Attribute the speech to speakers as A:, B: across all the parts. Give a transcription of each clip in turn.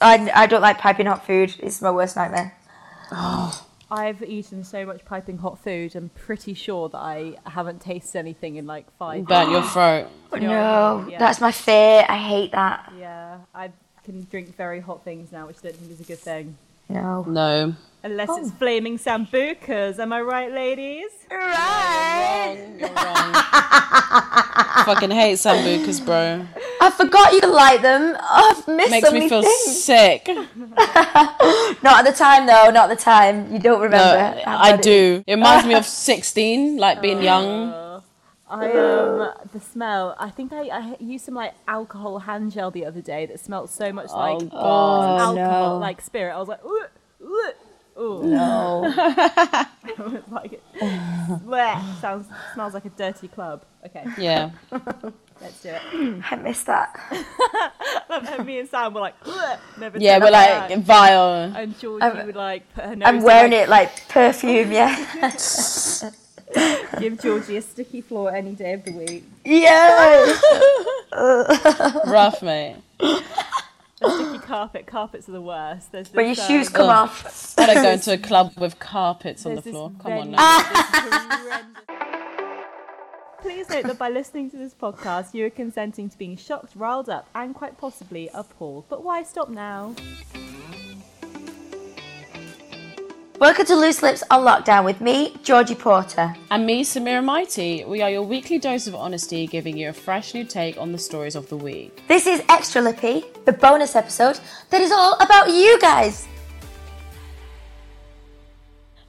A: I, I don't like piping hot food. It's my worst nightmare.
B: I've eaten so much piping hot food, I'm pretty sure that I haven't tasted anything in like five
C: Burn your throat.
A: no, that's my fear. I hate that.
B: Yeah, I can drink very hot things now, which I don't think is a good thing.
A: No.
C: No.
B: Unless it's flaming sambucas, am I right, ladies?
A: Right.
C: You're wrong. Fucking hate sambucas, bro.
A: I forgot you could like them. Oh, I've missed
C: Makes
A: so
C: me
A: many
C: feel
A: things.
C: sick. Uh,
A: Not at the time though. Not at the time. You don't
C: No,
A: remember. how
C: I
A: bad it-
C: do. It reminds me of 16, like being young.
B: I um the smell. I think I, I used some like alcohol hand gel the other day that smelled so much like alcohol
A: no.
B: like spirit. I was like, ooh, ooh, ooh. No. like it. bleh, sounds smells like a dirty club. Okay,
C: Yeah.
B: let's do it.
A: I missed that.
B: and me and Sam were like, bleh, never.
C: Yeah,
B: did
C: we're
B: that.
C: like vile.
B: And Georgie
A: I'm-
B: would like put her nose.
A: I'm wearing it like perfume. Yeah.
B: it. Give Georgie a sticky floor any day of the week.
A: yeah.
C: Rough, mate.
B: Sticky carpet. Carpets are the worst. There's
A: When your
B: this,
A: shoes
B: um,
A: come off.
C: I don't go to a club with carpets on the
B: There's
C: floor.
B: this
C: Come on
B: venue-
C: now.
B: this horrendous- Please note that by listening to this podcast, you are consenting to being shocked, riled up, and quite possibly appalled. But why stop now?
A: Welcome to Loose Lips on Lockdown with me, Georgie Porter.
C: And me, Samira Mighty. We are your weekly dose of honesty, giving you a fresh new take on the stories of the week.
A: This is Extra Lippy, the bonus episode that is all about you guys.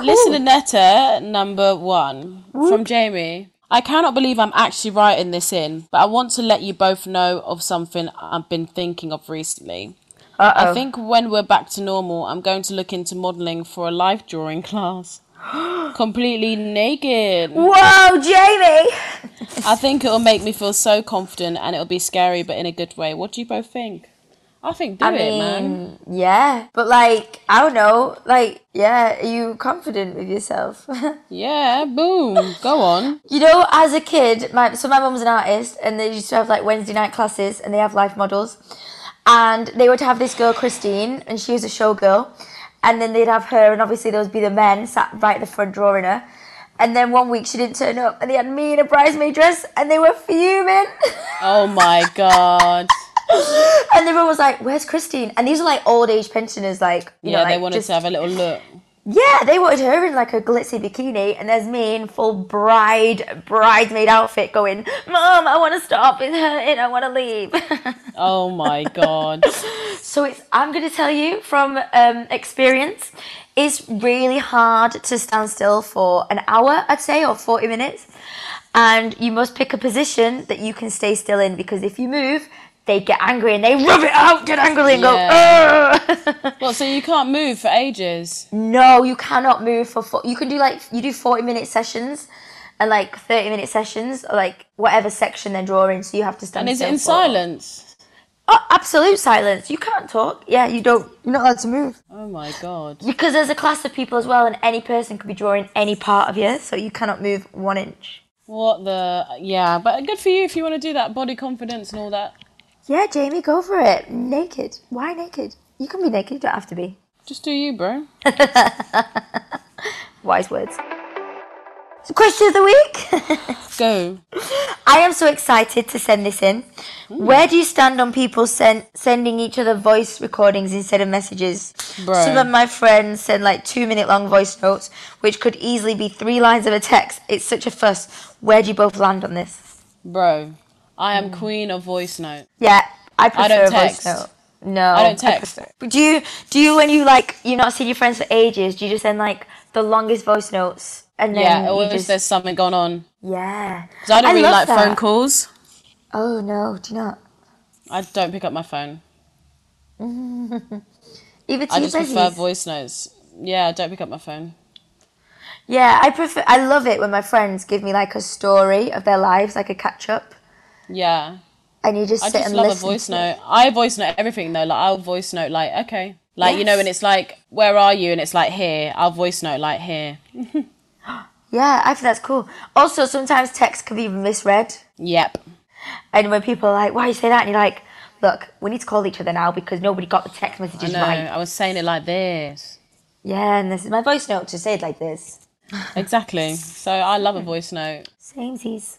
C: Listener letter number one from Jamie. I cannot believe I'm actually writing this in, but I want to let you both know of something I've been thinking of recently.
A: Uh-oh.
C: I think when we're back to normal, I'm going to look into modelling for a life drawing class. Completely naked.
A: Whoa, Jamie!
C: I think it'll make me feel so confident and it'll be scary, but in a good way. What do you both think? I think do
A: I
C: it,
A: mean,
C: man.
A: yeah, but like, I don't know, like, yeah, are you confident with yourself?
C: Yeah, boom. Go on.
A: you know, as a kid, my so my mum was an artist, and they used to have like Wednesday night classes, and they have life models, and they would have this girl Christine, and she was a showgirl, and then they'd have her, and obviously there would be the men sat right at the front drawing her, and then one week she didn't turn up, and they had me in a bridesmaid dress, and they were fuming.
C: Oh my god.
A: And everyone was like, "Where's Christine?" And these are like old age pensioners, like you
C: Yeah,
A: know, like
C: they wanted
A: just-
C: to have a little look.
A: yeah, they wanted her in like a glitzy bikini, and there's me in full bride bridesmaid outfit, going, "Mom, I want to stop with her, and I want to leave."
C: Oh my god.
A: so it's I'm gonna tell you from um, experience, it's really hard to stand still for an hour, I'd say, or 40 minutes, and you must pick a position that you can stay still in because if you move. They get angry and they rub it out, get angry and go. "Ugh."
C: What, so you can't move for ages?
A: No, you cannot move for four. You can do like you do forty minute sessions, and like thirty minute sessions, or like whatever section they're drawing. So you have to stand.
C: And is it
A: still
C: in
A: for.
C: silence?
A: Oh, absolute silence. You can't talk. Yeah, you don't. You're not allowed to move
C: Oh my god.
A: because there's a class of people as well, and any person could be drawing any part of you. So you cannot move one inch.
C: What the yeah, but good for you if you want to do that body confidence and all that.
A: Yeah, Jamie, go for it. Naked. Why naked? You can be naked. You don't have to be.
C: Just do you, bro.
A: Wise words. Question of the week.
C: Go.
A: I am so excited to send this in. Where do you stand on people send, sending each other voice recordings instead of messages?
C: Bro.
A: Some of my friends send like two minute long voice notes, which could easily be three lines of a text. It's such a fuss. Where do you both land on this?
C: Bro, I
A: Mm.
C: am queen of voice note.
A: Yeah, I prefer
C: don't
A: a voice
C: text.
A: note. No,
C: I don't text.
A: prefer- But do you do you when you like you've not seen your friends for ages? Do you just send like the longest voice notes and then
C: Yeah,
A: you
C: always
A: just,
C: there's something going on.
A: yeah?
C: 'Cause I don't really
A: love
C: like
A: that.
C: phone calls.
A: Oh no, do you not.
C: I don't pick up my phone.
A: Even to
C: I
A: your
C: just prefer
A: besties.
C: voice notes. Yeah, I don't pick up my phone.
A: Yeah, I prefer. I love it when my friends give me like a story of their lives, like a catch up,
C: Yeah.
A: and you just
C: I
A: sit
C: just
A: and
C: love a
A: listen.
C: voice
A: to it.
C: note. I voice note everything though. Like I'll voice note like okay, like you know,
A: Yes.
C: and it's like where are you, and it's like here. I'll voice note like here.
A: Yeah, I think that's cool. Also, sometimes text can be misread,
C: Yep.
A: and when people are like, "Why you say that?" and you're like, "Look, we need to call each other now because nobody got the text
C: I
A: messages
C: know.
A: right."
C: I was saying it like this.
A: Yeah, and this is my voice note to say it like this.
C: Exactly. So I love a voice note.
A: Samesies.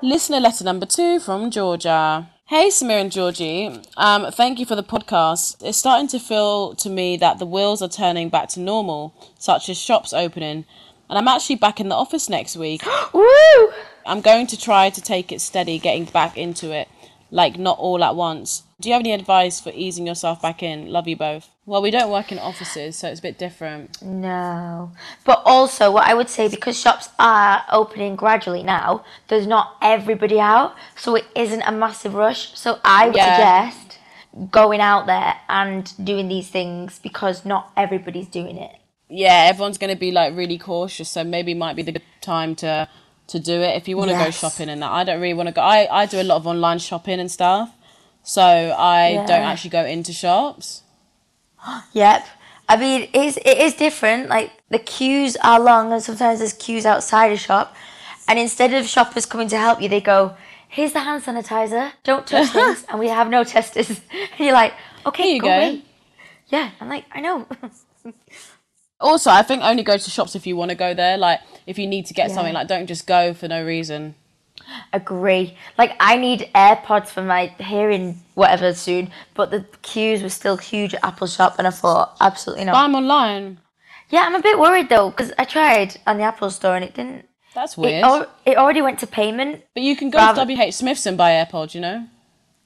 C: Listener letter number two from Georgia. Hey, Samir and Georgie. Um, thank you for the podcast. It's starting to feel to me that the wheels are turning back to normal, such as shops opening. And I'm actually back in the office next week.
A: Woo!
C: I'm going to try to take it steady, getting back into it, like not all at once. Do you have any advice for easing yourself back in? Love you both. Well, we don't work in offices, so it's a bit different.
A: No. But also, what I would say, because shops are opening gradually now, there's not everybody out, so it isn't a massive rush. So I would
C: Yeah.
A: suggest going out there and doing these things because not everybody's doing it.
C: Yeah, everyone's going to be like really cautious, so maybe might be the good time to to do it if you want to
A: Yes.
C: go shopping and that. I don't really want to go. I I do a lot of online shopping and stuff, so I
A: Yeah.
C: don't actually go into shops.
A: Yep. I mean, it is, it is different. Like, the queues are long, and sometimes there's queues outside a shop. And instead of shoppers coming to help you, they go, Here's the hand sanitizer, don't touch things, and we have no testers. And you're like, Okay,
C: Here you
A: go,
C: go.
A: away." Yeah, I'm like, I know.
C: Also, I think only go to shops if you want to go there. Like if you need to get
A: Yeah.
C: something, like don't just go for no reason.
A: Agree. Like, I need AirPods for my hearing whatever soon, but the queues were still huge at Apple Shop, and I thought, absolutely not.
C: Buy 'em online.
A: yeah, I'm a bit worried though, because I tried on the Apple Store and it didn't.
C: That's weird.
A: It, al- it already went to payment.
C: But you can go
A: Rather-
C: to WH Smith's and buy AirPods, you know?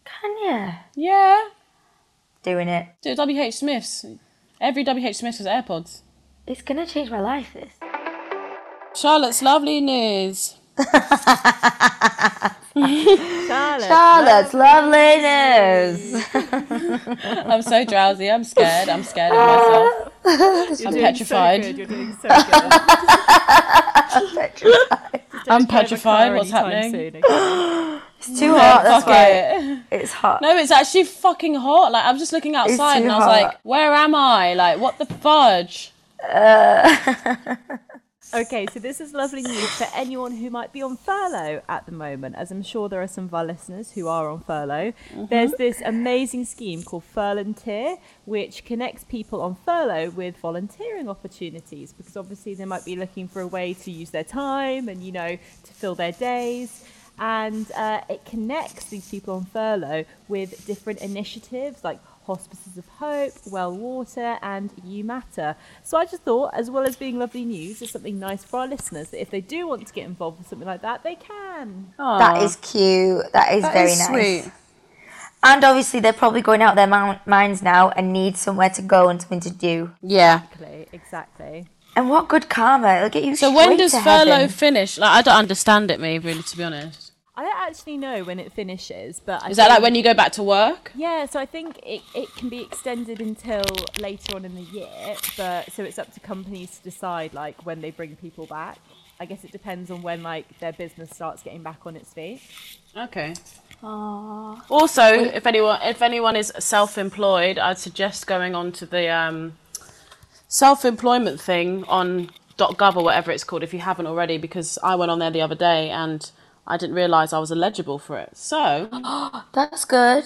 A: Can you?
C: Yeah.
A: Doing it.
C: Do WH Smith's. Every WH Smith's has AirPods.
A: It's gonna change my life. This.
C: Charlotte's lovely news.
B: Charlotte.
A: Charlotte's loveliness.
C: I'm so drowsy. I'm scared. I'm scared of myself.
B: You're
C: I'm
B: doing so
C: petrified.
B: good, You're doing so good.
C: I'm
B: Drive a
C: petrified.
B: car
C: What's
B: anytime
C: happening?
B: soon, okay?
A: It's too hot. That's
C: Fuck
A: why
C: it.
A: it's hot.
C: No, it's actually fucking hot. Like I'm just looking outside
A: too
C: and I was
A: hot.
C: like, where am I? Like what the fudge?
B: Okay, so this is lovely news for anyone who might be on furlough at the moment, as I'm sure there are some of our listeners who are on furlough. There's this amazing scheme called Furlanteer, which connects people on furlough with volunteering opportunities because obviously they might be looking for a way to use their time and, you know, to fill their days. And uh, it connects these people on furlough with different initiatives like Hospices of Hope, Well Water, and You Matter. So I just thought, as well as being lovely news, it's something nice for our listeners that if they do want to get involved with something like that, they can.
A: That is cute. That is
C: That
A: very
C: is
A: nice.
C: Sweet.
A: And obviously, they're probably going out their mou- minds now and need somewhere to go and something to do.
C: Yeah.
B: Exactly, exactly.
A: And what good karma! It'll get you.
C: So when
A: straight
C: does
A: to
C: furlough
A: heaven.
C: finish? Like I don't understand it, me really, to be honest.
B: I don't actually know when it finishes, but I
C: Is that like
B: think-
C: when you go back to work?
B: Yeah, so I think it, it can be extended until later on in the year, but so it's up to companies to decide like when they bring people back. I guess it depends on when like their business starts getting back on its feet.
C: Okay. Also, if anyone if anyone is self-employed, I'd suggest going on to the um, self-employment thing on .gov or whatever it's called if you haven't already, because I went on there the other day and I didn't realise I was eligible for it. So
A: Oh, That's good.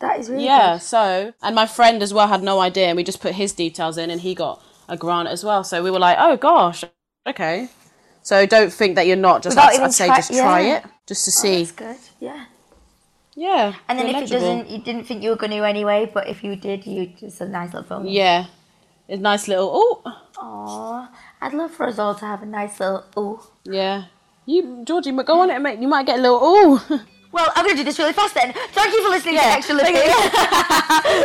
A: That is really
C: yeah, so and my friend as well had no idea, and we just put his details in, and he got a grant as well. So we were like, oh gosh, okay. So don't think that you're not. Just
A: Without
C: I'd,
A: even
C: I'd say
A: try-
C: just try
A: yeah.
C: it just to
A: Oh,
C: see.
A: that's good. Yeah.
C: yeah.
A: And then
C: you're
A: if
C: eligible.
A: it doesn't, you didn't think you were going to anyway, but if you did, you it's a nice little bonus.
C: Yeah. A nice little oh
A: Aw, I'd love for us all to have a nice little ooh.
C: yeah. You Georgie, but go on it and make you might get a little oh.
A: Well, I'm going to do this really fast then. Thank you for listening to Extra Living.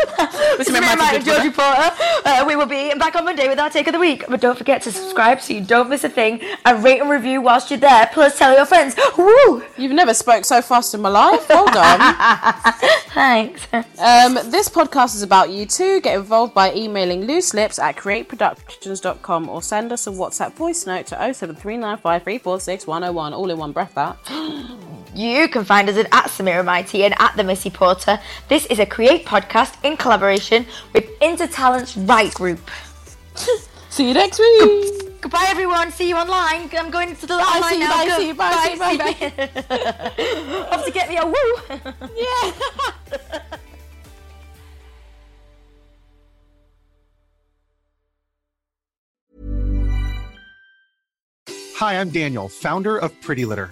A: This is
C: Mary
A: Mary
C: Martin,
A: Martin and Georgie Porter. Uh, we will be back on Monday with our take of the week. But don't forget to subscribe so you don't miss a thing and rate and review whilst you're there. Plus, tell your friends. Woo!
C: You've never spoke so fast in my life. Well done.
A: Thanks.
C: Um, this podcast is about you too. Get involved by emailing loose lips at createproductions.com or send us a WhatsApp voice note to 07395346101. All in one breath, that.
A: You can find us at, at Samira Mighty and at The Missy Porter. This is a Create podcast in collaboration with Intertalents Right Group.
C: See you next week.
A: Goodbye, everyone. See you online. I'm going to the live
C: see you,
A: now.
C: bye, see you, bye, see you, bye,
A: bye. Have to get me a woo.
D: Hi, I'm Daniel, founder of Pretty Litter.